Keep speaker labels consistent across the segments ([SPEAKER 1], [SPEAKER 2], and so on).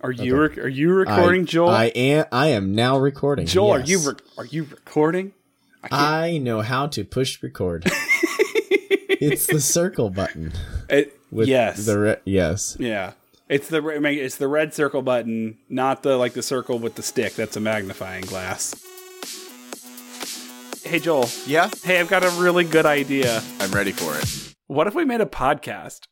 [SPEAKER 1] Are you rec- are you recording,
[SPEAKER 2] I,
[SPEAKER 1] Joel?
[SPEAKER 2] I am. I am now recording.
[SPEAKER 1] Joel, are you
[SPEAKER 2] yes.
[SPEAKER 1] rec are you recording?
[SPEAKER 2] I know how to push record. it's the circle button.
[SPEAKER 1] It,
[SPEAKER 2] With
[SPEAKER 1] yes.
[SPEAKER 2] The re- yes.
[SPEAKER 1] yeah. It's the re- I mean, it's the red circle button, not the like the circle with the stick. That's a magnifying glass. Hey Joel.
[SPEAKER 3] Yeah,
[SPEAKER 1] Hey, I've got a really good idea.
[SPEAKER 3] I'm ready for it.
[SPEAKER 1] What if we made a podcast?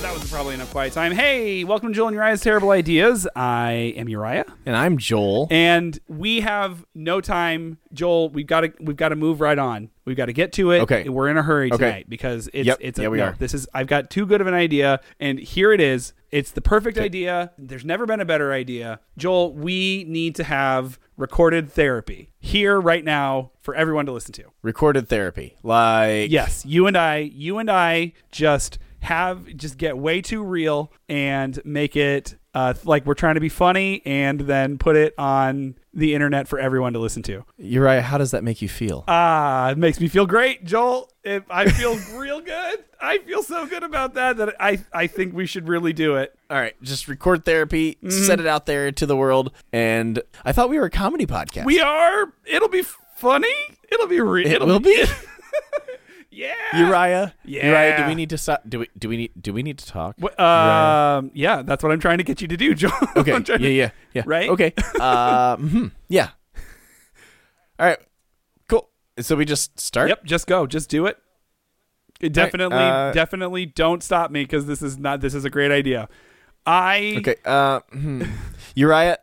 [SPEAKER 1] That was Probably enough quiet time. Hey, welcome to Joel and Uriah's Terrible Ideas. I am Uriah,
[SPEAKER 4] And I'm Joel.
[SPEAKER 1] and we have no time, Joel. We've got to we've got to move right on. We've got to get to it.
[SPEAKER 4] Okay.
[SPEAKER 1] we're in a hurry
[SPEAKER 4] Okay.
[SPEAKER 1] tonight because it's
[SPEAKER 4] Yep.
[SPEAKER 1] it's a,
[SPEAKER 4] Yeah, we
[SPEAKER 1] no,
[SPEAKER 4] are.
[SPEAKER 1] This is I've got too good of an idea, and here it is. It's the perfect idea. There's never been a better idea, Joel. We need to have recorded therapy here right now for everyone to listen to.
[SPEAKER 4] Recorded therapy. Like
[SPEAKER 1] Yes, you and I, you and I just have just get way too real and make it uh, like we're trying to be funny and then put it on the internet for everyone to listen to.
[SPEAKER 4] You're right. How does that make you feel?
[SPEAKER 1] Ah, it makes me feel great, Joel. If I feel real good. I feel so good about that that I I think we should really do it.
[SPEAKER 4] All right, just record therapy,
[SPEAKER 1] Mm-hmm.
[SPEAKER 4] set it out there to the world, and I thought we were a comedy podcast.
[SPEAKER 1] We are. It'll be funny. It'll be real.
[SPEAKER 4] it will be.
[SPEAKER 1] Yeah.
[SPEAKER 4] Uriah,
[SPEAKER 1] Yeah.
[SPEAKER 4] Uriah, do we need to stop? Do we? Do we need? Do we need to talk?
[SPEAKER 1] Wh- Um. Yeah, that's what I'm trying to get you to do, Joel.
[SPEAKER 4] Okay.
[SPEAKER 1] I'm trying
[SPEAKER 4] yeah,
[SPEAKER 1] to-
[SPEAKER 4] yeah, yeah.
[SPEAKER 1] Right?
[SPEAKER 4] Okay. Uh, mhm, Yeah. All right. Cool. So we just start.
[SPEAKER 1] Yep, just go. Just do it. Definitely,
[SPEAKER 4] uh,
[SPEAKER 1] definitely don't stop me because this is not. This is a great idea. I
[SPEAKER 4] Okay. Uh, hmm. Uriah,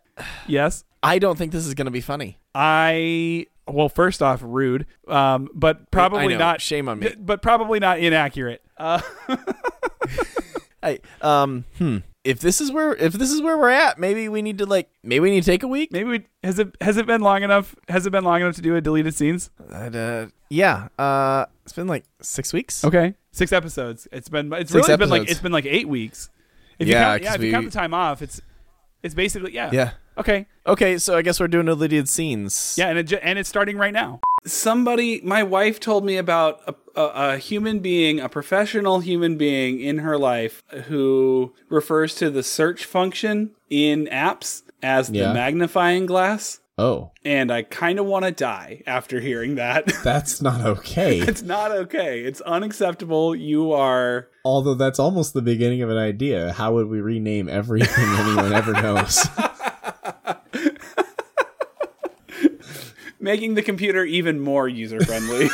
[SPEAKER 1] yes,
[SPEAKER 4] I don't think this is going to be funny.
[SPEAKER 1] I well, first off, rude. Um, but probably
[SPEAKER 4] I know.
[SPEAKER 1] not.
[SPEAKER 4] Shame on me.
[SPEAKER 1] But probably not inaccurate. Uh,
[SPEAKER 4] I um hmm. If this is where if this is where we're at, maybe we need to like maybe we need to take a week.
[SPEAKER 1] maybe we, has it has it been long enough? Has it been long enough to do a deleted scenes?
[SPEAKER 4] I'd, uh, yeah. Uh, it's been like six weeks.
[SPEAKER 1] Okay, six episodes. It's been. It's
[SPEAKER 4] Six
[SPEAKER 1] really been like
[SPEAKER 4] episodes.
[SPEAKER 1] it's been like eight weeks. If
[SPEAKER 4] Yeah,
[SPEAKER 1] you count, yeah.
[SPEAKER 4] 'cause
[SPEAKER 1] If you count
[SPEAKER 4] we-
[SPEAKER 1] the time off, it's it's basically yeah.
[SPEAKER 4] Yeah.
[SPEAKER 1] Okay.
[SPEAKER 4] Okay. So I guess we're doing deleted scenes.
[SPEAKER 1] Yeah, and it, ju- and it's starting right now. Somebody, my wife told me about a, a, a human being, a professional human being in her life who refers to the search function in apps as the
[SPEAKER 2] Yeah.
[SPEAKER 1] magnifying glass.
[SPEAKER 2] Oh,
[SPEAKER 1] And I kind of want to die after hearing that.
[SPEAKER 2] that's not okay.
[SPEAKER 1] it's not okay. It's unacceptable. You are.
[SPEAKER 2] Although that's almost the beginning of an idea. How would we rename everything anyone ever knows?
[SPEAKER 1] Making the computer even more user friendly.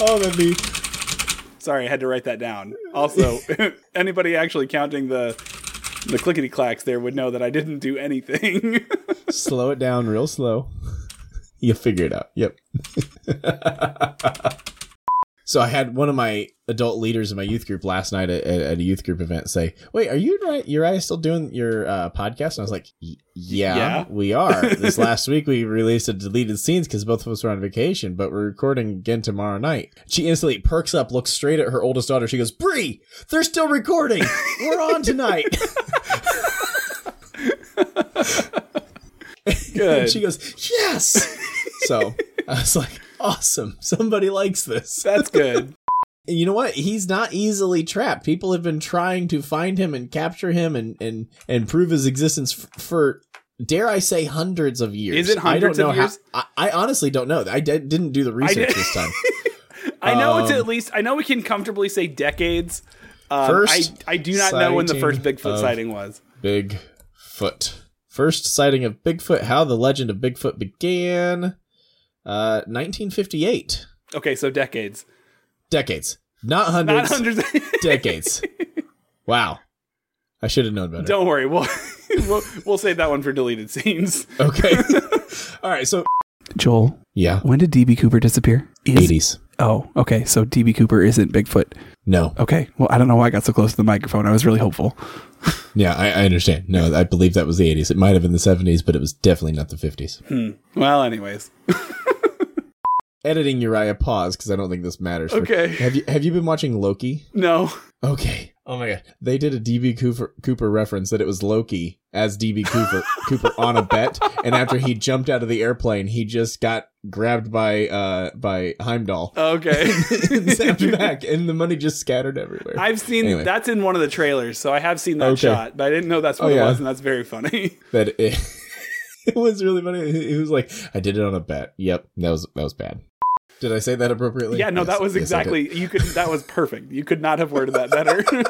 [SPEAKER 2] oh, that'd be.
[SPEAKER 1] Sorry, I had to write that down. Also, anybody actually counting the the clickety clacks there would know that I didn't do anything.
[SPEAKER 2] Slow it down real slow. You'll figure it out. Yep. so I had one of my adult leaders in my youth group last night at, at- at a youth group event say, "Wait, are you Uri- Uriah still doing your uh, podcast?" And I was like, "Y- "Yeah,
[SPEAKER 1] Yeah."
[SPEAKER 2] we are." this last week we released a deleted scenes because both of us were on vacation, but we're recording again tomorrow night. She instantly perks up, looks straight at her oldest daughter. She goes, "Bree, they're still recording. We're on tonight."
[SPEAKER 1] Good.
[SPEAKER 2] And she goes, Yes. so I was like, Awesome. Somebody likes this.
[SPEAKER 1] That's good.
[SPEAKER 2] And you know what? He's not easily trapped. People have been trying to find him and capture him and and, and prove his existence f- for. Dare I say hundreds of years?
[SPEAKER 1] Is it hundreds
[SPEAKER 2] I don't know
[SPEAKER 1] of
[SPEAKER 2] how-
[SPEAKER 1] years?
[SPEAKER 2] I, I honestly don't know. I did, didn't do the research
[SPEAKER 1] did-
[SPEAKER 2] this time.
[SPEAKER 1] I know it's
[SPEAKER 2] Um,
[SPEAKER 1] at least. I know we can comfortably say decades. Um,
[SPEAKER 2] First
[SPEAKER 1] I, I do not know when the first
[SPEAKER 2] sighting
[SPEAKER 1] Bigfoot
[SPEAKER 2] of-
[SPEAKER 1] sighting was.
[SPEAKER 2] Bigfoot. First sighting of Bigfoot. How the legend of Bigfoot began. Uh, 1958.
[SPEAKER 1] Okay, so decades,
[SPEAKER 2] Decades, not
[SPEAKER 1] not
[SPEAKER 2] hundreds.
[SPEAKER 1] hundreds.
[SPEAKER 2] decades. Wow. I should have known better.
[SPEAKER 1] Don't worry, we'll, we'll we'll save that one for deleted scenes.
[SPEAKER 2] Okay. All right. So
[SPEAKER 1] Joel,
[SPEAKER 2] yeah,
[SPEAKER 1] when did DB Cooper disappear?
[SPEAKER 2] eighties.
[SPEAKER 1] Oh, okay, so DB Cooper isn't Bigfoot.
[SPEAKER 2] No.
[SPEAKER 1] Okay, well, I don't know why I got so close to the microphone. I was really hopeful.
[SPEAKER 2] Yeah, I, I understand. No, I believe that was the eighties. It might have been the seventies, but it was definitely not the fifties.
[SPEAKER 1] Hmm. Well, anyways,
[SPEAKER 2] Editing Uriah pause because I don't think this matters. for-
[SPEAKER 1] Okay.
[SPEAKER 2] Have you have you been watching Loki?
[SPEAKER 1] no.
[SPEAKER 2] Okay.
[SPEAKER 5] Oh my god. They did a DB Cooper, Cooper reference that it was Loki as DB Cooper Cooper on a bet and after he jumped out of the airplane he just got grabbed by uh by Heimdall
[SPEAKER 1] Okay.
[SPEAKER 5] and zapped him back and the money just scattered everywhere.
[SPEAKER 1] I've seen
[SPEAKER 5] Anyway.
[SPEAKER 1] that's in one of the trailers, so I have seen that
[SPEAKER 5] Okay.
[SPEAKER 1] shot, but I didn't know that's what
[SPEAKER 5] Oh,
[SPEAKER 1] it
[SPEAKER 5] yeah.
[SPEAKER 1] was, and that's very funny.
[SPEAKER 5] that it, it was really funny. It was like I did it on a bet. Yep, that was that was bad. Did I say that appropriately?
[SPEAKER 1] yeah, no,
[SPEAKER 5] Yes,
[SPEAKER 1] that was
[SPEAKER 5] yes, I did.
[SPEAKER 1] exactly you could that was perfect. You could not have worded that better.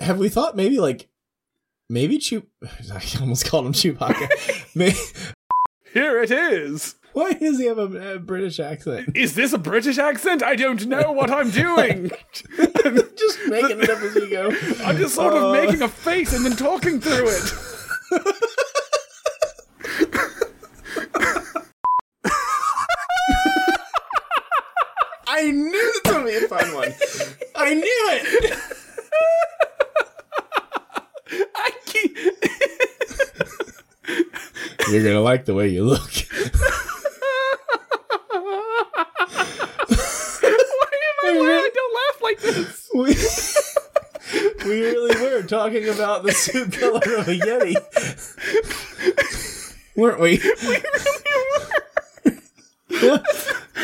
[SPEAKER 5] Have we thought maybe like maybe Chew? I almost called him Chewbacca. May-
[SPEAKER 1] Here it is.
[SPEAKER 5] Why does he have a, a British accent?
[SPEAKER 1] Is this a British accent? I don't know what I'm doing.
[SPEAKER 5] Just making it up as we go.
[SPEAKER 1] I'm just sort
[SPEAKER 5] Uh,
[SPEAKER 1] of making a face and then talking through it.
[SPEAKER 5] I knew that somebody would find one. I knew it.
[SPEAKER 1] I keep
[SPEAKER 5] You're gonna like the way you look.
[SPEAKER 1] Why am I laughing? Don't laugh like this.
[SPEAKER 5] We, we really were talking about the suit color of a yeti, weren't we?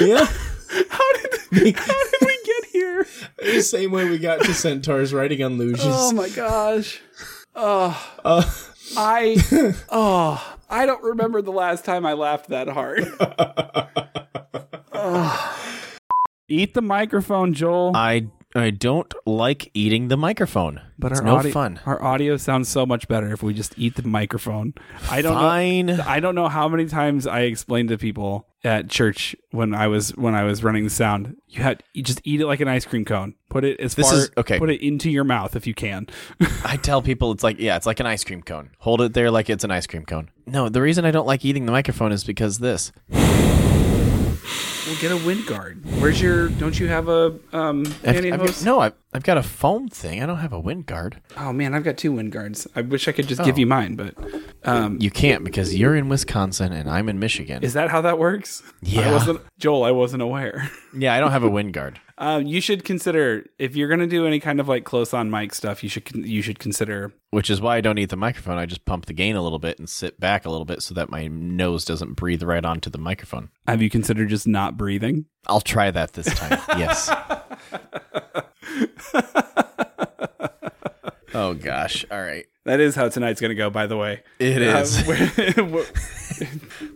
[SPEAKER 5] Yeah,
[SPEAKER 1] How did how did we get here?
[SPEAKER 5] the same way we got to centaurs riding on luges.
[SPEAKER 1] Oh my gosh. Ah.
[SPEAKER 5] Uh,
[SPEAKER 1] I oh I don't remember the last time I laughed that hard. Ugh. Eat the microphone, Joel.
[SPEAKER 2] I I don't like eating the microphone.
[SPEAKER 1] but
[SPEAKER 2] it's
[SPEAKER 1] our
[SPEAKER 2] no
[SPEAKER 1] audio,
[SPEAKER 2] fun.
[SPEAKER 1] Our audio sounds so much better if we just eat the microphone. I don't know.
[SPEAKER 2] Fine.
[SPEAKER 1] I don't know how many times I explained to people at church when I was when I was running the sound. You had you just eat it like an ice cream cone. Put it as
[SPEAKER 2] This
[SPEAKER 1] far
[SPEAKER 2] is- okay.
[SPEAKER 1] Put it into your mouth if you can.
[SPEAKER 2] I tell people it's like yeah, it's like an ice cream cone. Hold it there like it's an ice cream cone. No, the reason I don't like eating the microphone is because this.
[SPEAKER 1] Well, get a wind guard. Where's your? Don't you have a um?
[SPEAKER 2] I've-
[SPEAKER 1] pantyhose?
[SPEAKER 2] I've got- no, I've, I've got a foam thing. I don't have a wind guard.
[SPEAKER 1] Oh man, I've got two wind guards. I wish I could just
[SPEAKER 2] Oh.
[SPEAKER 1] give you mine, but
[SPEAKER 2] You can't because you're in Wisconsin and I'm in Michigan.
[SPEAKER 1] is that how that works? I
[SPEAKER 2] Yeah.
[SPEAKER 1] wasn't Joel, I wasn't aware.
[SPEAKER 2] yeah, I don't have a wind guard.
[SPEAKER 1] Um, you should consider if you're gonna do any kind of like close on mic stuff. You should con- you should consider.
[SPEAKER 2] which is why I don't eat the microphone. I just pump the gain a little bit and sit back a little bit so that my nose doesn't breathe right onto the microphone.
[SPEAKER 1] Have you considered just not breathing?
[SPEAKER 2] I'll try that this time. yes. oh gosh. All right.
[SPEAKER 1] That is how tonight's gonna go. By the way,
[SPEAKER 2] It
[SPEAKER 1] Uh,
[SPEAKER 2] is.
[SPEAKER 1] where-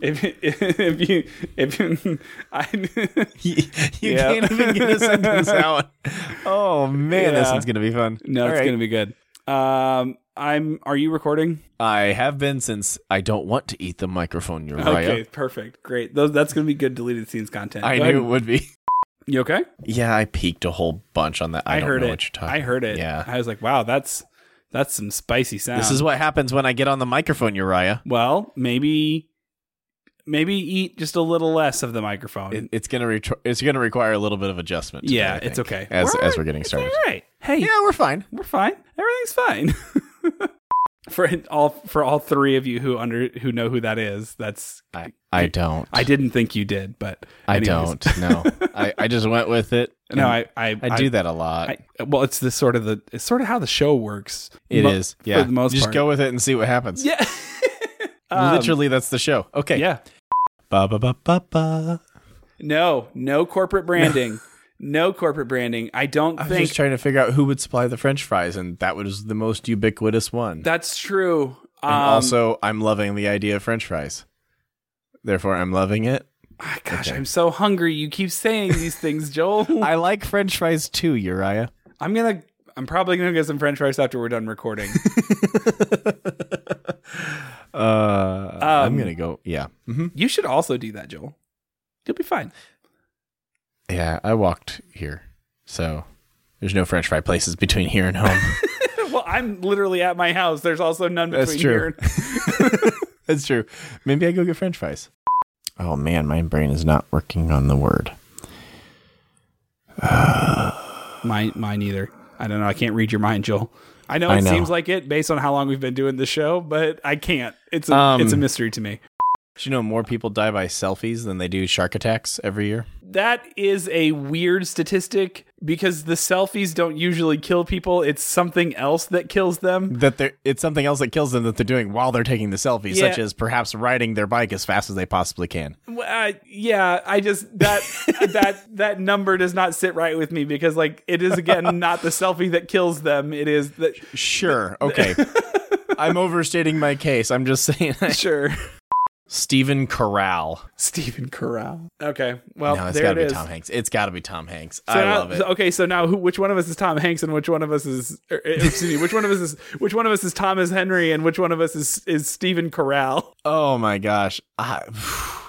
[SPEAKER 1] if, if you if you I,
[SPEAKER 2] you
[SPEAKER 1] Yeah.
[SPEAKER 2] can't even get a sentence out. Oh man, this
[SPEAKER 1] Yeah.
[SPEAKER 2] one's gonna be fun.
[SPEAKER 1] no,
[SPEAKER 2] All
[SPEAKER 1] it's
[SPEAKER 2] right.
[SPEAKER 1] gonna be good. Um, I'm. Are you recording?
[SPEAKER 2] I have been since I don't want to eat the microphone. You're
[SPEAKER 1] Okay,
[SPEAKER 2] right.
[SPEAKER 1] perfect, great. Those, that's gonna be good deleted scenes content.
[SPEAKER 2] I
[SPEAKER 1] Go
[SPEAKER 2] knew
[SPEAKER 1] ahead.
[SPEAKER 2] it would be.
[SPEAKER 1] You okay?
[SPEAKER 2] Yeah, I peaked a whole bunch on that. I,
[SPEAKER 1] I,
[SPEAKER 2] don't
[SPEAKER 1] heard
[SPEAKER 2] know
[SPEAKER 1] it.
[SPEAKER 2] what you're talking.
[SPEAKER 1] I heard it.
[SPEAKER 2] Yeah.
[SPEAKER 1] I was like, wow, that's that's some spicy sound.
[SPEAKER 2] This is what happens when I get on the microphone, Uriah.
[SPEAKER 1] well, maybe maybe eat just a little less of the microphone.
[SPEAKER 2] It- it's gonna re- it's gonna require a little bit of adjustment. today,
[SPEAKER 1] yeah,
[SPEAKER 2] I
[SPEAKER 1] it's
[SPEAKER 2] think,
[SPEAKER 1] okay.
[SPEAKER 2] As
[SPEAKER 1] We're all
[SPEAKER 2] as
[SPEAKER 1] right.
[SPEAKER 2] we're getting
[SPEAKER 1] It's
[SPEAKER 2] started,
[SPEAKER 1] all right. Hey,
[SPEAKER 2] yeah, we're fine.
[SPEAKER 1] we're fine. Everything's fine. for all for all three of you who under who know who that is, that's
[SPEAKER 2] I, I don't.
[SPEAKER 1] I didn't think you did, but
[SPEAKER 2] I
[SPEAKER 1] anyways.
[SPEAKER 2] don't. No. I, I just went with it.
[SPEAKER 1] No,
[SPEAKER 2] And
[SPEAKER 1] I I,
[SPEAKER 2] I do that a lot.
[SPEAKER 1] I, well, it's the sort of the it's sort of how the show works.
[SPEAKER 2] It is.
[SPEAKER 1] mo-
[SPEAKER 2] Yeah.
[SPEAKER 1] for the most
[SPEAKER 2] just
[SPEAKER 1] part.
[SPEAKER 2] go with it and see what happens.
[SPEAKER 1] Yeah. Um,
[SPEAKER 2] Literally, that's the show. Okay.
[SPEAKER 1] Yeah.
[SPEAKER 2] Ba ba ba ba ba.
[SPEAKER 1] No, no corporate branding. no corporate branding. I don't
[SPEAKER 2] I was
[SPEAKER 1] think
[SPEAKER 2] just trying to figure out who would supply the French fries, and that was the most ubiquitous one.
[SPEAKER 1] that's true. Um,
[SPEAKER 2] and also, I'm loving the idea of French fries. Therefore, I'm loving it.
[SPEAKER 1] ah, gosh, I'm so hungry. You keep saying these things, Joel. I,
[SPEAKER 2] I like French fries too, Uriah.
[SPEAKER 1] am gonna. I'm probably gonna get some French fries after we're done recording.
[SPEAKER 2] Uh, I'm
[SPEAKER 1] Um,
[SPEAKER 2] gonna go. Yeah, Mm-hmm.
[SPEAKER 1] you should also do that, Joel. You'll be fine.
[SPEAKER 2] yeah. I walked here, so there's no French fry places between here and home.
[SPEAKER 1] well, I'm literally at my house. There's also none between
[SPEAKER 2] That's
[SPEAKER 1] here.
[SPEAKER 2] true. That's true. Maybe I go get French fries. Oh man, my brain is not working on the word.
[SPEAKER 1] and- Mine, mine either. I don't know. I can't read your mind, Joel. I know it
[SPEAKER 2] I know.
[SPEAKER 1] seems like it based on how long we've been doing the show, but I can't. It's a,
[SPEAKER 2] Um,
[SPEAKER 1] it's a mystery to me.
[SPEAKER 2] Do you know more people die by selfies than they do shark attacks every year?
[SPEAKER 1] That is a weird statistic, because the selfies don't usually kill people. It's something else that kills them.
[SPEAKER 2] That they're, it's something else that kills them that they're doing while they're taking the selfie,
[SPEAKER 1] Yeah.
[SPEAKER 2] such as perhaps riding their bike as fast as they possibly can.
[SPEAKER 1] Well, Uh, yeah, I just that that that number does not sit right with me because like it is again not the selfie that kills them. It is that
[SPEAKER 2] Sure. Okay. I'm overstating my case. I'm just saying.
[SPEAKER 1] sure
[SPEAKER 2] Stephen Corral.
[SPEAKER 1] Stephen Corral. Okay, well
[SPEAKER 2] No, it's
[SPEAKER 1] there
[SPEAKER 2] got to
[SPEAKER 1] it
[SPEAKER 2] be
[SPEAKER 1] is.
[SPEAKER 2] Tom Hanks. It's got to be Tom Hanks.
[SPEAKER 1] So
[SPEAKER 2] I
[SPEAKER 1] now-
[SPEAKER 2] love it.
[SPEAKER 1] so- okay, so now who, which one of us is Tom Hanks and which one of us is er, er, excuse me, which one of us is which one of us is Thomas Henry and which one of us is is Stephen Corral?
[SPEAKER 2] Oh my gosh. I,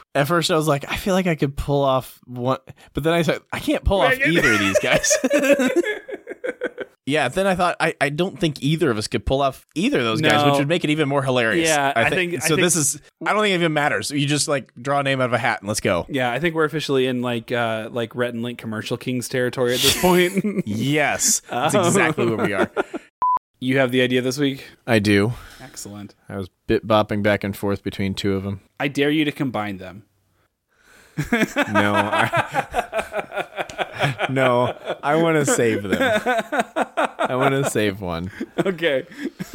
[SPEAKER 2] at first, I was like, I feel like I could pull off one, but then I said, I can't pull off
[SPEAKER 1] Megan.
[SPEAKER 2] either of these guys. yeah. Then I thought, I, I don't think either of us could pull off either of those guys,
[SPEAKER 1] No.
[SPEAKER 2] which would make it even more hilarious.
[SPEAKER 1] Yeah, I
[SPEAKER 2] thi-
[SPEAKER 1] think- I
[SPEAKER 2] so.
[SPEAKER 1] think-
[SPEAKER 2] this is. I don't think it even matters. You just like draw a name out of a hat and let's go.
[SPEAKER 1] Yeah, I think we're officially in like uh like Rhett and Link commercial kings territory at this point.
[SPEAKER 2] Yes, that's exactly where we are.
[SPEAKER 1] you have the idea this week.
[SPEAKER 2] I do.
[SPEAKER 1] Excellent.
[SPEAKER 2] I was bit bopping back and forth between two of them.
[SPEAKER 1] I dare you to combine them.
[SPEAKER 2] No, I, no, I want to save them. I want to save one.
[SPEAKER 1] Okay.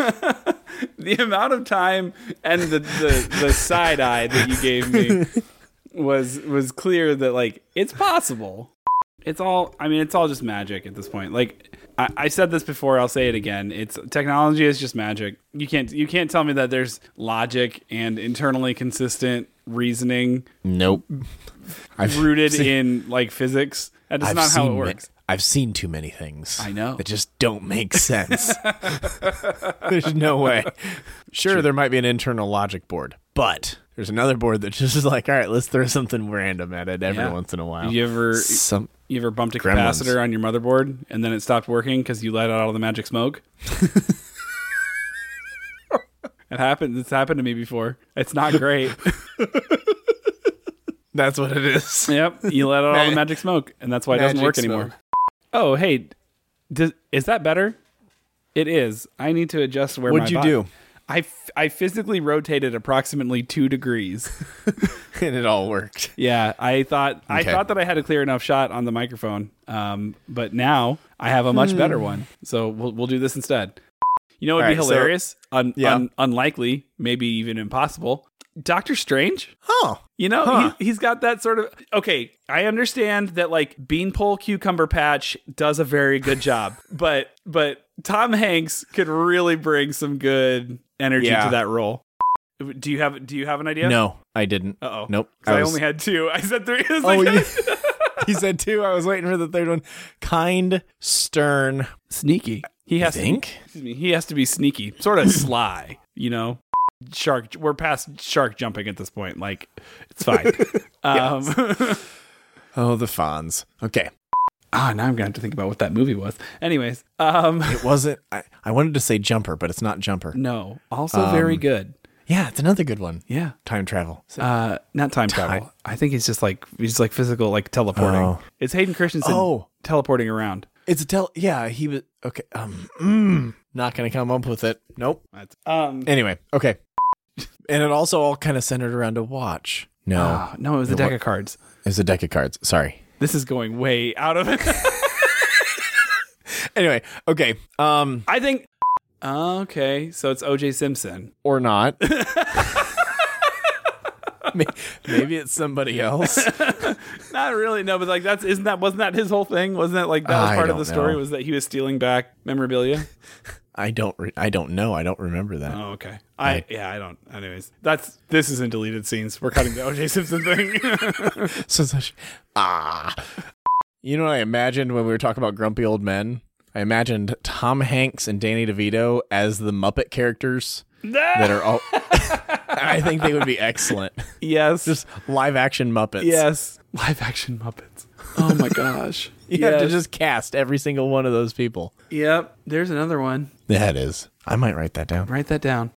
[SPEAKER 1] the amount of time and the, the, the side eye that you gave me was was clear that like it's possible. It's all I mean, it's all just magic at this point. Like I, I said this before, I'll say it again. It's technology is just magic. You can't you can't tell me that there's logic and internally consistent reasoning
[SPEAKER 2] Nope. I've
[SPEAKER 1] rooted
[SPEAKER 2] seen-
[SPEAKER 1] in like physics. That is
[SPEAKER 2] I've
[SPEAKER 1] not how
[SPEAKER 2] seen
[SPEAKER 1] it
[SPEAKER 2] ma-
[SPEAKER 1] works.
[SPEAKER 2] I've seen too many things.
[SPEAKER 1] I know.
[SPEAKER 2] that just don't make sense. there's no way. Sure, there might be an internal logic board, but there's another board that just is like, all right, let's throw something random at it every
[SPEAKER 1] Yeah.
[SPEAKER 2] once in a while.
[SPEAKER 1] You ever-
[SPEAKER 2] Some-
[SPEAKER 1] You ever bumped a
[SPEAKER 2] Gremlins.
[SPEAKER 1] capacitor on your motherboard and then it stopped working because you let out all the magic smoke? it happened. It's happened to me before. It's not great.
[SPEAKER 2] that's what it is.
[SPEAKER 1] yep, you let out all the magic smoke, and that's why it doesn't
[SPEAKER 2] Magic
[SPEAKER 1] work
[SPEAKER 2] smoke.
[SPEAKER 1] anymore. Oh, hey, does, is that better? It is. I need to adjust where
[SPEAKER 2] What'd
[SPEAKER 1] my
[SPEAKER 2] you
[SPEAKER 1] body-
[SPEAKER 2] do?
[SPEAKER 1] I, f- I physically rotated approximately two degrees.
[SPEAKER 2] and it all worked.
[SPEAKER 1] Yeah, I thought I
[SPEAKER 2] Okay.
[SPEAKER 1] thought that I had a clear enough shot on the microphone, um, but now I have a
[SPEAKER 2] Hmm.
[SPEAKER 1] much better one. So we'll we'll do this instead. You know, it'd be
[SPEAKER 2] All right, so-
[SPEAKER 1] hilarious, un,
[SPEAKER 2] Yeah.
[SPEAKER 1] un, unlikely, maybe even impossible. Doctor Strange.
[SPEAKER 2] Oh,
[SPEAKER 1] You know,
[SPEAKER 2] Huh.
[SPEAKER 1] he, he's got that sort of. Okay, I understand that like beanpole cucumber patch does a very good job, but but Tom Hanks could really bring some good energy
[SPEAKER 2] Yeah.
[SPEAKER 1] to that role. Do you have Do you have an idea?
[SPEAKER 2] no, I didn't.
[SPEAKER 1] Uh oh.
[SPEAKER 2] Nope.
[SPEAKER 1] 'Cause I,
[SPEAKER 2] was-
[SPEAKER 1] only had two. I said three. It's
[SPEAKER 2] Oh,
[SPEAKER 1] like-
[SPEAKER 2] you, he said two. I was waiting for the third one. Kind, stern.
[SPEAKER 1] sneaky. He has
[SPEAKER 2] think?
[SPEAKER 1] To, excuse me. He has to be sneaky, sort of sly. You know, shark. We're past shark jumping at this point. Like, it's fine. um,
[SPEAKER 2] Oh, the Fonz. Okay.
[SPEAKER 1] ah, now I'm gonna have to think about what that movie was. Anyways, um,
[SPEAKER 2] It wasn't. I, I wanted to say jumper, but it's not jumper.
[SPEAKER 1] no. Also very good.
[SPEAKER 2] Yeah, it's another good one.
[SPEAKER 1] Um, Yeah.
[SPEAKER 2] Time travel. So-
[SPEAKER 1] Uh, not time travel. I think he's just like he's like physical, like teleporting.
[SPEAKER 2] Oh.
[SPEAKER 1] It's Hayden Christensen
[SPEAKER 2] Oh.
[SPEAKER 1] teleporting around.
[SPEAKER 2] it's a tell. Yeah, he was. Okay. Um. mm, not gonna come up with it. Nope.
[SPEAKER 1] Um,
[SPEAKER 2] Anyway. Okay. and it also all kind of centered around a watch. No,
[SPEAKER 1] ah, no, it was a deck of cards.
[SPEAKER 2] it's a deck of cards. Sorry.
[SPEAKER 1] This is going way out of it.
[SPEAKER 2] Anyway. Okay. Um.
[SPEAKER 1] I think. Okay, so it's OJ Simpson.
[SPEAKER 2] Or not. May- Maybe it's somebody else.
[SPEAKER 1] Not really, no, but like that's isn't that wasn't that his whole thing? Wasn't that like that was
[SPEAKER 2] I
[SPEAKER 1] part of the
[SPEAKER 2] don't
[SPEAKER 1] story
[SPEAKER 2] know.
[SPEAKER 1] was that he was stealing back memorabilia?
[SPEAKER 2] I don't. Re- I don't know. I don't remember that.
[SPEAKER 1] oh, okay. I yeah, I don't. Anyways, that's this is in deleted scenes. We're cutting the OJ Simpson thing.
[SPEAKER 2] So such ah. You know what I imagined when we were talking about grumpy old men? I imagined Tom Hanks and Danny DeVito as the Muppet characters that are all. I think they would be excellent.
[SPEAKER 1] yes,
[SPEAKER 2] Just live action Muppets.
[SPEAKER 1] yes, live action Muppets. Oh my gosh.
[SPEAKER 2] You have to just cast every single one of those people.
[SPEAKER 1] Yep. There's another one.
[SPEAKER 2] That is. I might write that down.
[SPEAKER 1] Write that down.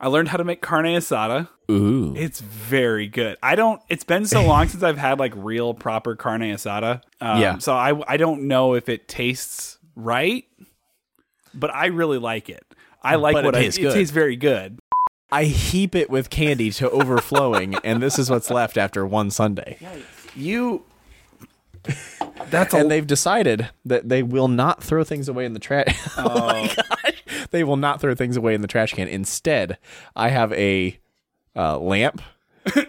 [SPEAKER 1] I learned how to make carne asada.
[SPEAKER 2] Ooh.
[SPEAKER 1] It's very good. I don't. It's been so long since I've had like real proper carne asada. Um,
[SPEAKER 2] Yeah.
[SPEAKER 1] So I I don't know if it tastes right, but I really like it. I like
[SPEAKER 2] Mm, But it
[SPEAKER 1] what
[SPEAKER 2] tastes
[SPEAKER 1] I.
[SPEAKER 2] good.
[SPEAKER 1] It tastes very good.
[SPEAKER 2] I heap it with candy to overflowing, and this is what's left after one Sunday.
[SPEAKER 1] You That's a
[SPEAKER 2] and they've decided that they will not throw things away in the trash. Oh. my gosh. They will not throw things away in the trash can. Instead, I have a uh, lamp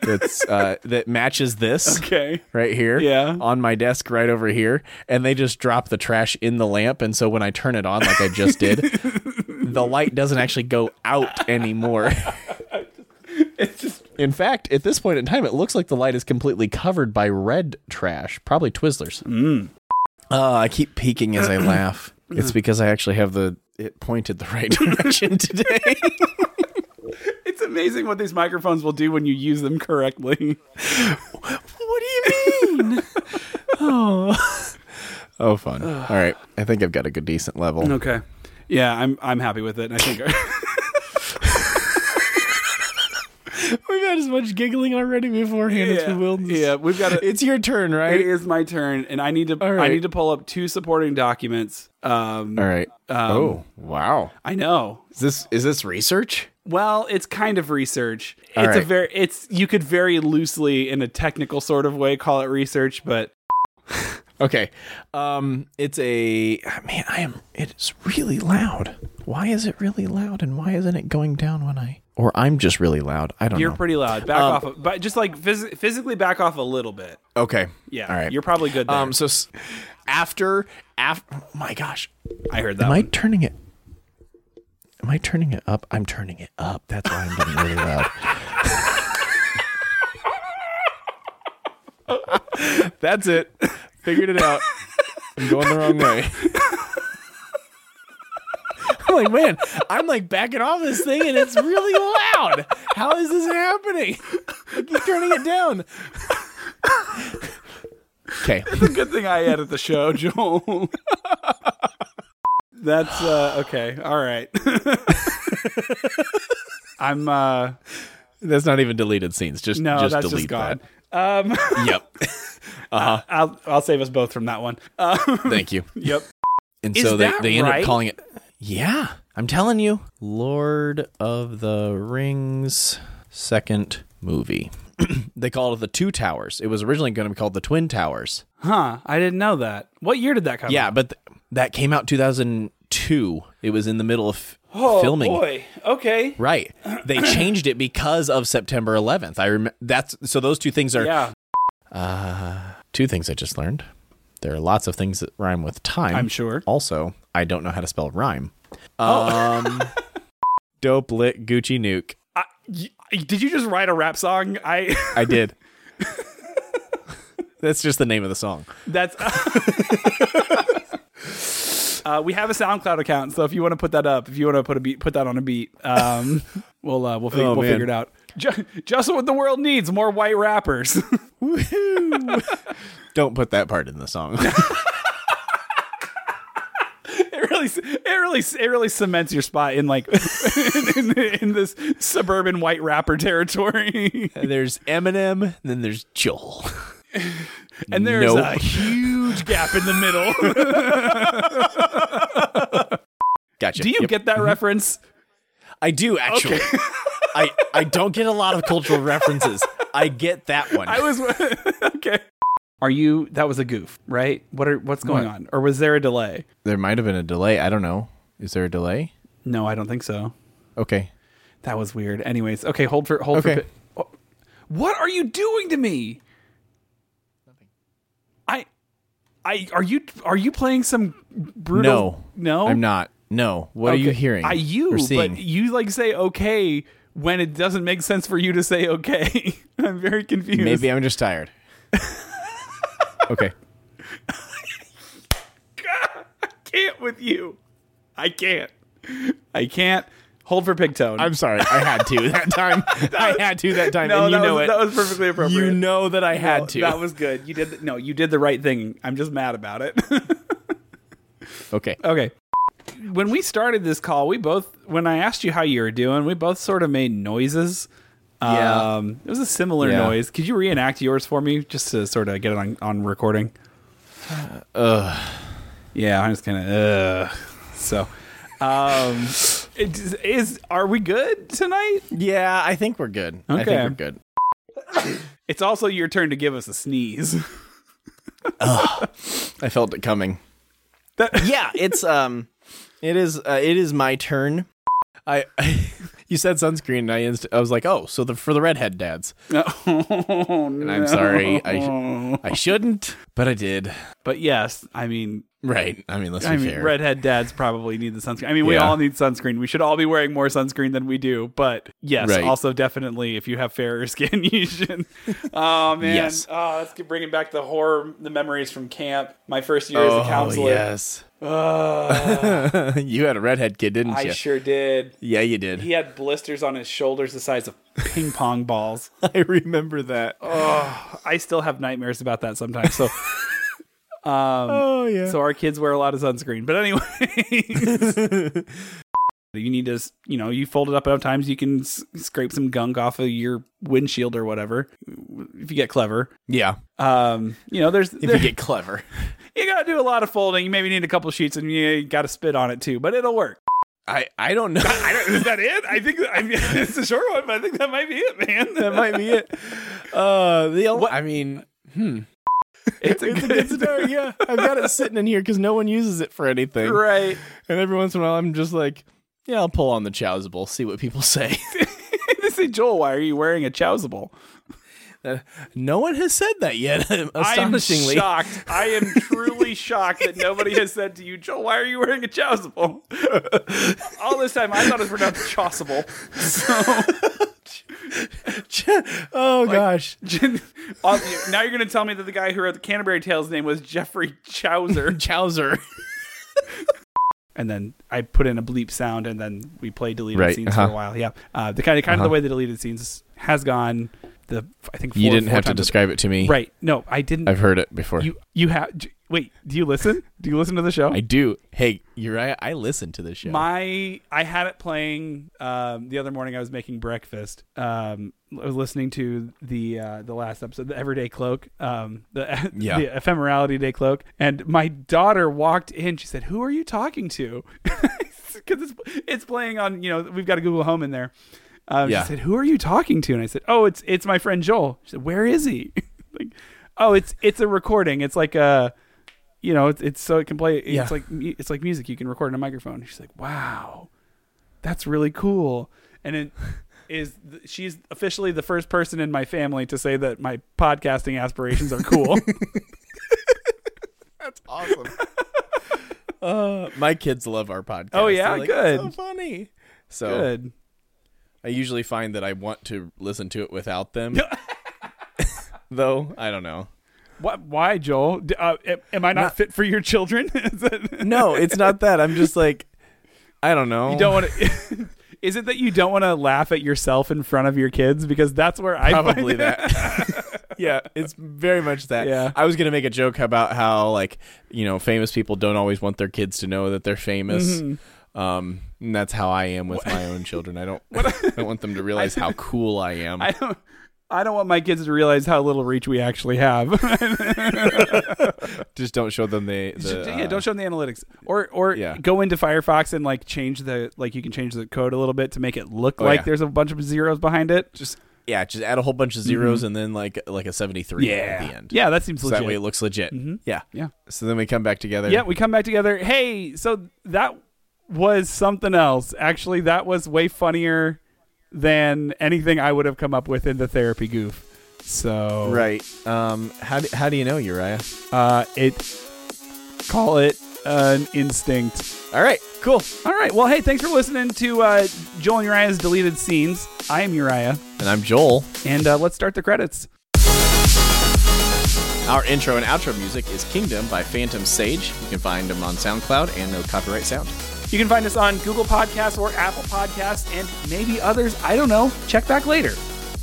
[SPEAKER 2] that's uh, that matches this
[SPEAKER 1] okay.
[SPEAKER 2] right here.
[SPEAKER 1] Yeah.
[SPEAKER 2] On my desk right over here. And they just drop the trash in the lamp. And so when I turn it on, like I just did, the light doesn't actually go out anymore.
[SPEAKER 1] It's just
[SPEAKER 2] In fact, at this point in time, it looks like the light is completely covered by red trash, probably Twizzlers. Mm. Uh, I keep peeking as I laugh. It's because I actually have the it pointed the right direction today.
[SPEAKER 1] it's amazing what these microphones will do when you use them correctly.
[SPEAKER 2] what do you mean? oh. Oh, fun. All right. I think I've got a good, decent level.
[SPEAKER 1] Okay. Yeah, I'm I'm happy with it. and I think
[SPEAKER 2] We've had as much giggling already beforehand.
[SPEAKER 1] yeah, yeah, we've got a,
[SPEAKER 2] It's your turn,
[SPEAKER 1] it
[SPEAKER 2] right?
[SPEAKER 1] is my turn and I need to
[SPEAKER 2] All
[SPEAKER 1] I
[SPEAKER 2] right.
[SPEAKER 1] need to pull up two supporting documents. Um
[SPEAKER 2] All right. oh, wow.
[SPEAKER 1] I know.
[SPEAKER 2] Is this is this research?
[SPEAKER 1] Well, it's kind of research.
[SPEAKER 2] All
[SPEAKER 1] it's a
[SPEAKER 2] right.
[SPEAKER 1] very it's you could very loosely in a technical sort of way call it research, but
[SPEAKER 2] Okay. Um it's a man, I am it's really loud. Why is it really loud and why isn't it going down when I or I'm just really loud. I don't
[SPEAKER 1] you're
[SPEAKER 2] know.
[SPEAKER 1] pretty loud. Back
[SPEAKER 2] Um,
[SPEAKER 1] off, a- but just like phys- physically back off a little bit.
[SPEAKER 2] okay.
[SPEAKER 1] Yeah,
[SPEAKER 2] All right.
[SPEAKER 1] you're probably good. There.
[SPEAKER 2] um so s- after after oh my gosh.
[SPEAKER 1] I heard that.
[SPEAKER 2] Am I
[SPEAKER 1] one.
[SPEAKER 2] turning it Am I turning it up? I'm turning it up. That's why I'm getting really loud. That's it. Figured it out. I'm going the wrong way. I'm like, man, I'm like backing off this thing and it's really loud. How is this happening? I keep turning it down. Okay.
[SPEAKER 1] Good thing I edit the show, Joel. That's uh, okay. All right. I'm uh
[SPEAKER 2] That's not even deleted scenes. Just,
[SPEAKER 1] no,
[SPEAKER 2] just
[SPEAKER 1] that's
[SPEAKER 2] delete
[SPEAKER 1] just gone.
[SPEAKER 2] that. Yep.
[SPEAKER 1] I'll I'll save us both from that one. Um,
[SPEAKER 2] Thank you.
[SPEAKER 1] yep.
[SPEAKER 2] And
[SPEAKER 1] Is
[SPEAKER 2] so they,
[SPEAKER 1] that
[SPEAKER 2] they end
[SPEAKER 1] right?
[SPEAKER 2] up calling it. Yeah, I'm telling you. Lord of the Rings second movie. they called it the Two Towers. It was originally going to be called the Twin Towers.
[SPEAKER 1] Huh. I didn't know that. What year did that come?
[SPEAKER 2] Yeah, but th- that came out 2002. It was in the middle of
[SPEAKER 1] Oh
[SPEAKER 2] filming.
[SPEAKER 1] boy. Okay.
[SPEAKER 2] Right. They changed it because of September 11th. I remember that's so those two things are uh,
[SPEAKER 1] Yeah.
[SPEAKER 2] two things I just learned. There are lots of things that rhyme with time.
[SPEAKER 1] I'm sure.
[SPEAKER 2] Also, I don't know how to spell rhyme. Um, dope lit Gucci nuke.
[SPEAKER 1] I y did you just write a rap song? I
[SPEAKER 2] I did. That's just the name of the song.
[SPEAKER 1] that's. Uh, we have a SoundCloud account, so if you want to put that up, if you want to put a beat, put that on a beat, um, we'll uh, we'll, fig-
[SPEAKER 2] Oh,
[SPEAKER 1] we'll
[SPEAKER 2] man.
[SPEAKER 1] figure it out. Ju- just what the world needs: more white rappers.
[SPEAKER 2] Don't put that part in the song.
[SPEAKER 1] it really, it really, it really cements your spot in like in, in, in this suburban white rapper territory.
[SPEAKER 2] there's Eminem, then there's Joel.
[SPEAKER 1] And there's
[SPEAKER 2] Nope.
[SPEAKER 1] a huge gap in the middle.
[SPEAKER 2] Gotcha.
[SPEAKER 1] Do you
[SPEAKER 2] Yep. Mm-hmm.
[SPEAKER 1] get that reference?
[SPEAKER 2] I do actually. I I don't get a lot of cultural references. I get that one.
[SPEAKER 1] I was okay. Are you? That was a goof, right? What are what's going
[SPEAKER 2] What?
[SPEAKER 1] on, or was there a delay?
[SPEAKER 2] there might have been a delay. I don't know. Is there a delay?
[SPEAKER 1] No, I don't think so.
[SPEAKER 2] Okay.
[SPEAKER 1] That was weird. Anyways, okay, hold for hold for.
[SPEAKER 2] Okay.
[SPEAKER 1] pi- Oh, What are you doing to me? I, I are you are you playing some brutal?
[SPEAKER 2] No.
[SPEAKER 1] no,
[SPEAKER 2] I'm not. No. What are you hearing?
[SPEAKER 1] I you,
[SPEAKER 2] or
[SPEAKER 1] but
[SPEAKER 2] seeing?
[SPEAKER 1] you like say okay when it doesn't make sense for you to say okay. I'm very confused.
[SPEAKER 2] Maybe I'm just tired. okay.
[SPEAKER 1] can't with you. I can't. I can't hold for pig toe.
[SPEAKER 2] I'm sorry. I had to that time. I had to that time,
[SPEAKER 1] no,
[SPEAKER 2] and you
[SPEAKER 1] that
[SPEAKER 2] know
[SPEAKER 1] was,
[SPEAKER 2] it.
[SPEAKER 1] That was perfectly appropriate.
[SPEAKER 2] you know that I had
[SPEAKER 1] No,
[SPEAKER 2] to.
[SPEAKER 1] That was good. You did. The, no, you did the right thing. I'm just mad about it.
[SPEAKER 2] okay.
[SPEAKER 1] okay. When we started this call, we both, when I asked you how you were doing, we both sort of made noises.
[SPEAKER 2] Yeah.
[SPEAKER 1] Um, it was a similar
[SPEAKER 2] Yeah.
[SPEAKER 1] noise. Could you reenact yours for me just to sort of get it on, on recording? Yeah, I'm just gonna. Uh, so, um, it is, is are we good tonight?
[SPEAKER 2] Yeah, I think we're good. I
[SPEAKER 1] Okay.
[SPEAKER 2] think we're good.
[SPEAKER 1] It's also your turn to give us a sneeze.
[SPEAKER 2] I felt it coming.
[SPEAKER 1] That-
[SPEAKER 2] yeah, it's um, it is uh, it is my turn. I, you said sunscreen, and I inst- I was like, oh, so the for the redhead dads.
[SPEAKER 1] Oh,
[SPEAKER 2] And I'm sorry, I shouldn't, but I did.
[SPEAKER 1] but yes, I mean,
[SPEAKER 2] Right. I mean, let's
[SPEAKER 1] I
[SPEAKER 2] be
[SPEAKER 1] mean,
[SPEAKER 2] fair.
[SPEAKER 1] redhead dads probably need the sunscreen. I mean, we
[SPEAKER 2] Yeah.
[SPEAKER 1] all need sunscreen. We should all be wearing more sunscreen than we do. But yes,
[SPEAKER 2] Right.
[SPEAKER 1] also definitely if you have fairer skin, you should. Oh man,
[SPEAKER 2] Yes.
[SPEAKER 1] oh, that's good- bringing back the horror, the memories from camp. My first year as a counselor.
[SPEAKER 2] Oh, yes.
[SPEAKER 1] Ugh,
[SPEAKER 2] you had a redhead kid, didn't
[SPEAKER 1] I
[SPEAKER 2] you?
[SPEAKER 1] sure did.
[SPEAKER 2] yeah, you did.
[SPEAKER 1] He had blisters on his shoulders the size of ping pong balls.
[SPEAKER 2] I remember that. Oh,
[SPEAKER 1] I still have nightmares about that sometimes. So. um, Oh,
[SPEAKER 2] Oh, yeah.
[SPEAKER 1] So our kids wear a lot of sunscreen. But anyway, you need to, s- you know, you fold it up enough times, you can s- scrape some gunk off of your windshield or whatever. If you get clever,
[SPEAKER 2] yeah.
[SPEAKER 1] um, you know, there's
[SPEAKER 2] If
[SPEAKER 1] there-
[SPEAKER 2] you get clever.
[SPEAKER 1] you gotta do a lot of folding. You maybe need a couple sheets, and you gotta spit on it too. But it'll work.
[SPEAKER 2] I, I don't know.
[SPEAKER 1] I don't, is that it? I think I mean, it's a short one, but I think that might be it, man.
[SPEAKER 2] that might be it. Uh, the el- I mean,
[SPEAKER 1] it's a
[SPEAKER 2] it's a
[SPEAKER 1] good,
[SPEAKER 2] good scenario. Yeah, I've got it sitting in here because no one uses it for anything.
[SPEAKER 1] right.
[SPEAKER 2] And every once in a while, I'm just like, yeah, I'll pull on the chowsable, see what people say.
[SPEAKER 1] they say, Joel, why are you wearing a chowsable?
[SPEAKER 2] no one has said that yet. Astonishingly,
[SPEAKER 1] I'm shocked. I am truly shocked that nobody has said to you, Joel, why are you wearing a chasuble? All this time, I thought it was pronounced chasuble. So
[SPEAKER 2] oh gosh,
[SPEAKER 1] Uh, now you're going to tell me that the guy who wrote the Canterbury Tales name was Jeffrey Chauser.
[SPEAKER 2] chowser.
[SPEAKER 1] And then I put in a bleep sound, and then we play deleted
[SPEAKER 2] Right,
[SPEAKER 1] scenes for
[SPEAKER 2] uh-huh.
[SPEAKER 1] a while. Yeah, uh, the kind of kind of the
[SPEAKER 2] Uh-huh.
[SPEAKER 1] way the deleted scenes has gone. The I think four,
[SPEAKER 2] You didn't
[SPEAKER 1] four
[SPEAKER 2] have to
[SPEAKER 1] times-
[SPEAKER 2] describe it to me.
[SPEAKER 1] Right? No, I didn't.
[SPEAKER 2] I've heard it before.
[SPEAKER 1] you you have j- wait. Do you listen? Do you listen to the show?
[SPEAKER 2] I do. Hey, Uriah, I listen to this show.
[SPEAKER 1] My I had it playing um, the other morning. I was making breakfast. Um, I was listening to the uh, the last episode, the Everyday Cloak, um, the,
[SPEAKER 2] Yeah.
[SPEAKER 1] the Ephemerality Day Cloak, and my daughter walked in. She said, "Who are you talking to?" Because it's it's playing on you know we've got a Google Home in there. Um,
[SPEAKER 2] Yeah.
[SPEAKER 1] She said, "Who are you talking to?" And I said, "Oh, it's it's my friend Joel." She said, "Where is he?" like, oh, it's it's a recording. It's like a you know, it's, it's so it can play. It's
[SPEAKER 2] Yeah.
[SPEAKER 1] like mu- it's like music. You can record in a microphone. She's like, wow, that's really cool. And it is th- she's officially the first person in my family to say that my podcasting aspirations are cool.
[SPEAKER 2] awesome. uh, my kids love our podcast.
[SPEAKER 1] Oh, yeah?
[SPEAKER 2] They're like,
[SPEAKER 1] Good.
[SPEAKER 2] "It's so funny. So
[SPEAKER 1] Good.
[SPEAKER 2] I usually find that I want to listen to it without them. Though I don't know.
[SPEAKER 1] What? Why, Joel? D- uh, am- am I not, fit for your children? Is it-
[SPEAKER 2] No, it's not that. I'm just like, I don't know.
[SPEAKER 1] you don't want to. Is it that you don't want to laugh at yourself in front of your kids? Because that's where I find
[SPEAKER 2] probably that. yeah, it's very much that.
[SPEAKER 1] Yeah.
[SPEAKER 2] I was gonna make a joke about how like you know famous people don't always want their kids to know that they're famous.
[SPEAKER 1] Mm-hmm.
[SPEAKER 2] Um, and that's how I am with my own children. I don't. I don't want them to realize how cool I am.
[SPEAKER 1] I don't. I don't want my kids to realize how little reach we actually have.
[SPEAKER 2] Just don't show them the. the
[SPEAKER 1] yeah,
[SPEAKER 2] uh,
[SPEAKER 1] don't show them the analytics, or or
[SPEAKER 2] yeah.
[SPEAKER 1] go into Firefox and like change the like you can change the code a little bit to make it look
[SPEAKER 2] Oh,
[SPEAKER 1] like
[SPEAKER 2] yeah.
[SPEAKER 1] there's a bunch of zeros behind it.
[SPEAKER 2] just yeah, just add a whole bunch of zeros and then like like a seventy three at the end.
[SPEAKER 1] Mm-hmm. yeah, that seems
[SPEAKER 2] so
[SPEAKER 1] legit. Mm-hmm.
[SPEAKER 2] that way it looks legit. Yeah,
[SPEAKER 1] Yeah.
[SPEAKER 2] So then we come back together.
[SPEAKER 1] yeah, we come back together. Hey, so that was something else. Actually, that was way funnier than anything I would have come up with in the therapy goof. So
[SPEAKER 2] Right. Um. How do, how do you know Uriah?
[SPEAKER 1] uh, it call it an instinct.
[SPEAKER 2] All right. Cool.
[SPEAKER 1] All right. Well, hey, thanks for listening to uh, Joel and Uriah's deleted scenes. I am Uriah.
[SPEAKER 2] And I'm Joel.
[SPEAKER 1] And uh, let's start the credits.
[SPEAKER 2] Our intro and outro music is Kingdom by Phantom Sage. You can find them on SoundCloud and no copyright sound.
[SPEAKER 1] You can find us on Google Podcasts or Apple Podcasts and maybe others. I don't know. Check back later.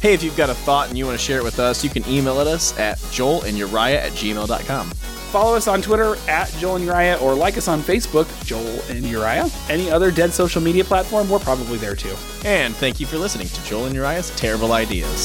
[SPEAKER 2] Hey, if you've got a thought and you want to share it with us, you can email at us at joelanduriah at gmail.com.
[SPEAKER 1] Follow us on Twitter at Joel and Uriah or like us on Facebook, Joel and Uriah. Any other dead social media platform, we're probably there too.
[SPEAKER 2] And thank you for listening to Joel and Uriah's Terrible Ideas.